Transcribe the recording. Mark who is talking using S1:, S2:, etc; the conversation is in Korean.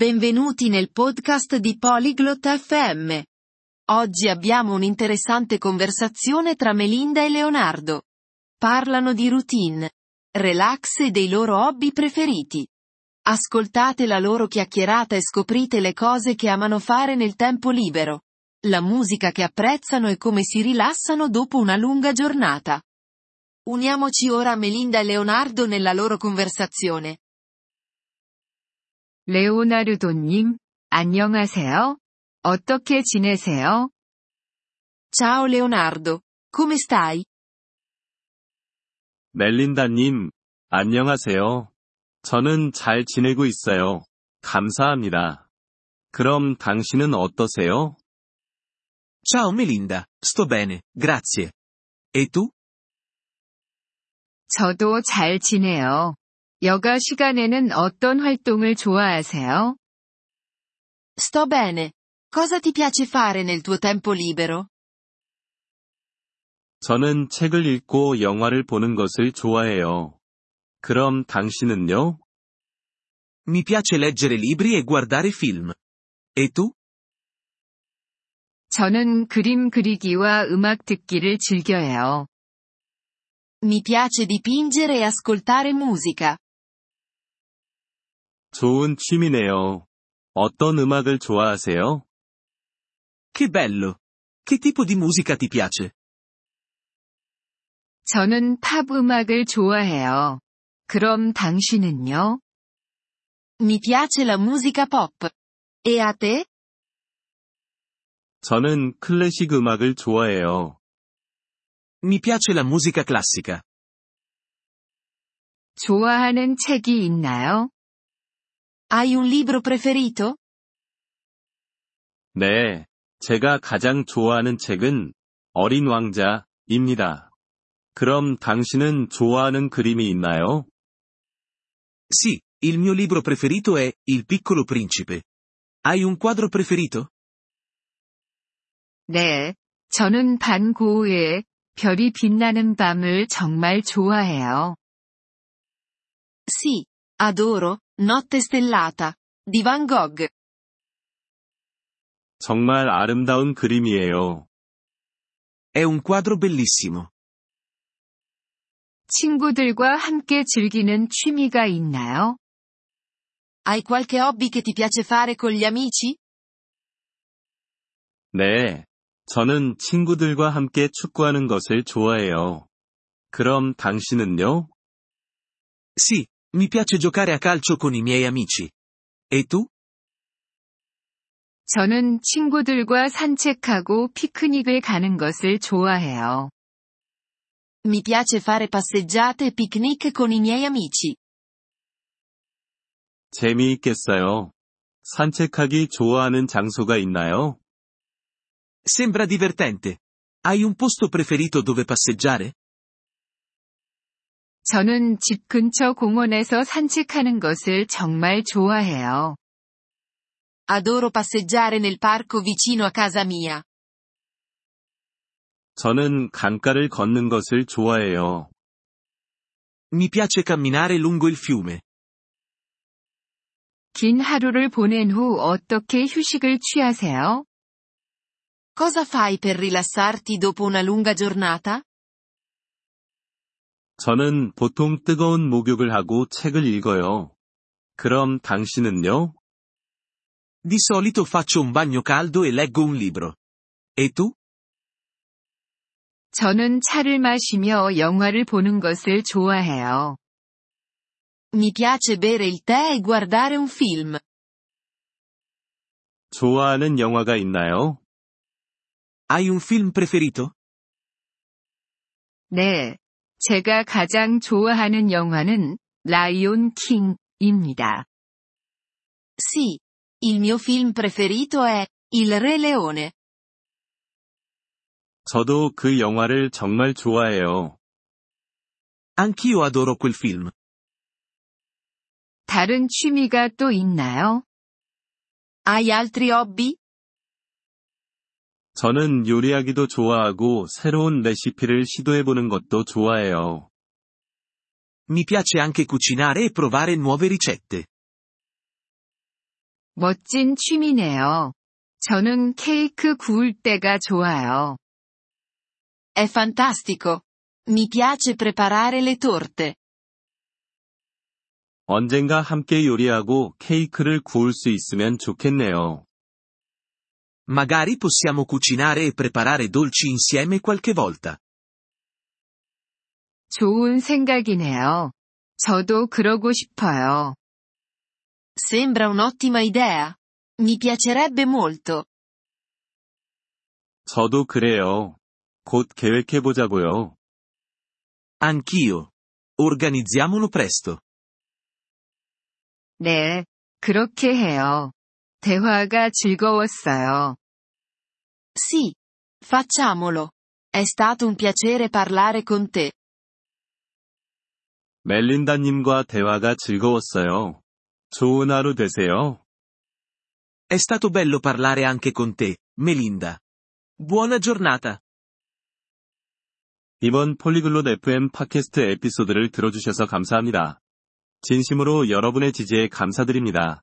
S1: Benvenuti nel podcast di Polyglot FM. Oggi abbiamo un'interessante conversazione tra Melinda e Leonardo. Parlano di routine, relax e dei loro hobby preferiti. Ascoltate la loro chiacchierata e scoprite le cose che amano fare nel tempo libero, la musica che apprezzano e come si rilassano dopo una lunga giornata. Uniamoci ora a Melinda e Leonardo nella loro conversazione.
S2: 레오나르도님, 안녕하세요. 어떻게 지내세요?
S1: Ciao Leonardo, come stai?
S3: 멜린다님, 안녕하세요. 저는 잘 지내고 있어요. 감사합니다. 그럼 당신은 어떠세요?
S4: Ciao Melinda, sto bene, grazie. E tu?
S2: 저도 잘 지내요. 여가 시간에는 어떤 활동을 좋아하세요?
S1: Sto bene. Cosa ti piace fare nel tuo tempo libero?
S3: 저는 책을 읽고 영화를 보는 것을 좋아해요. 그럼 당신은요?
S4: Mi piace leggere libri e guardare film. E tu?
S2: 저는 그림 그리기와 음악 듣기를 즐겨요.
S1: Mi piace dipingere e ascoltare musica.
S3: 좋은 취미네요. 어떤 음악을 좋아하세요?
S4: Che bello! Che tipo di musica ti piace?
S2: 저는 팝 음악을 좋아해요. 그럼 당신은요?
S1: Mi piace la musica pop. E a te?
S3: 저는 클래식 음악을 좋아해요.
S4: Mi piace la musica classica.
S2: 좋아하는 책이 있나요?
S1: Hai un libro preferito?
S3: 네. 제가 가장 좋아하는 책은 어린 왕자입니다. 그럼 당신은 좋아하는 그림이 있나요?
S4: Sì, il mio libro preferito è Il piccolo principe. Hai un quadro preferito?
S2: 네. 저는 반 고흐의 별이 빛나는 밤을 정말 좋아해요.
S1: Sì. Adoro, Notte stellata. Di Van Gogh.
S3: 정말 아름다운 그림이에요.
S4: È un quadro bellissimo.
S2: 친구들과 함께 즐기는 취미가 있나요?
S1: Hai qualche hobby che ti piace fare con gli amici?
S3: 네. 저는 친구들과 함께 축구하는 것을 좋아해요. 그럼 당신은요?
S4: Sì, mi piace giocare a calcio con i miei amici. E tu?
S2: 저는 친구들과 산책하고 피크닉을 가는 것을 좋아해요.
S1: Mi piace fare passeggiate e picnic con i miei amici.
S3: 재미있겠어요. 산책하기 좋아하는 장소가 있나요?
S4: Sembra divertente. Hai un posto preferito dove passeggiare?
S2: 저는 집 근처 공원에서 산책하는 것을 정말 좋아해요.
S1: Adoro passeggiare nel parco vicino a casa mia.
S3: 저는 강가를 걷는 것을 좋아해요.
S4: Mi piace camminare lungo il fiume.
S2: 긴 하루를 보낸 후 어떻게 휴식을 취하세요?
S1: Cosa fai per rilassarti dopo una lunga giornata?
S3: 저는 보통 뜨거운 목욕을 하고 책을 읽어요. 그럼 당신은요?
S4: Di solito faccio un bagno caldo e leggo un libro. E tu?
S2: 저는 차를 마시며 영화를 보는 것을 좋아해요.
S1: Mi piace bere il tè e guardare un film.
S3: 좋아하는 영화가 있나요?
S4: Hai un film preferito?
S2: 네. 제가 가장 좋아하는 영화는 라이온 킹입니다.
S1: Sì. Il mio film preferito è Il Re Leone.
S3: 저도 그 영화를 정말 좋아해요.
S4: Anch'io adoro quel film.
S2: 다른 취미가 또 있나요?
S1: Hai altri hobby?
S3: 저는 요리하기도 좋아하고 새로운 레시피를 시도해보는 것도 좋아해요.
S4: Mi piace anche cucinare e provare nuove ricette.
S2: 멋진 취미네요. 저는 케이크 구울 때가 좋아요.
S1: È fantastico. Mi piace preparare le torte.
S3: 언젠가 함께 요리하고 케이크를 구울 수 있으면 좋겠네요.
S4: Magari possiamo cucinare e preparare dolci insieme qualche volta.
S2: 좋은 생각이네요. 저도 그러고 싶어요.
S1: Sembra un'ottima idea. Mi piacerebbe molto.
S3: 저도 그래요. 곧 계획해보자고요.
S4: Anch'io. Organizziamolo presto.
S2: 네, 그렇게 해요. 대화가 즐거웠어요.
S1: Sì. Facciamolo. È stato un piacere parlare con te.
S3: 멜린다님과 대화가 즐거웠어요. 좋은 하루 되세요.
S4: È stato bello parlare anche con te, Melinda. Buona giornata.
S3: 이번 폴리글롯 FM 팟캐스트 에피소드를 들어주셔서 감사합니다. 진심으로 여러분의 지지에 감사드립니다.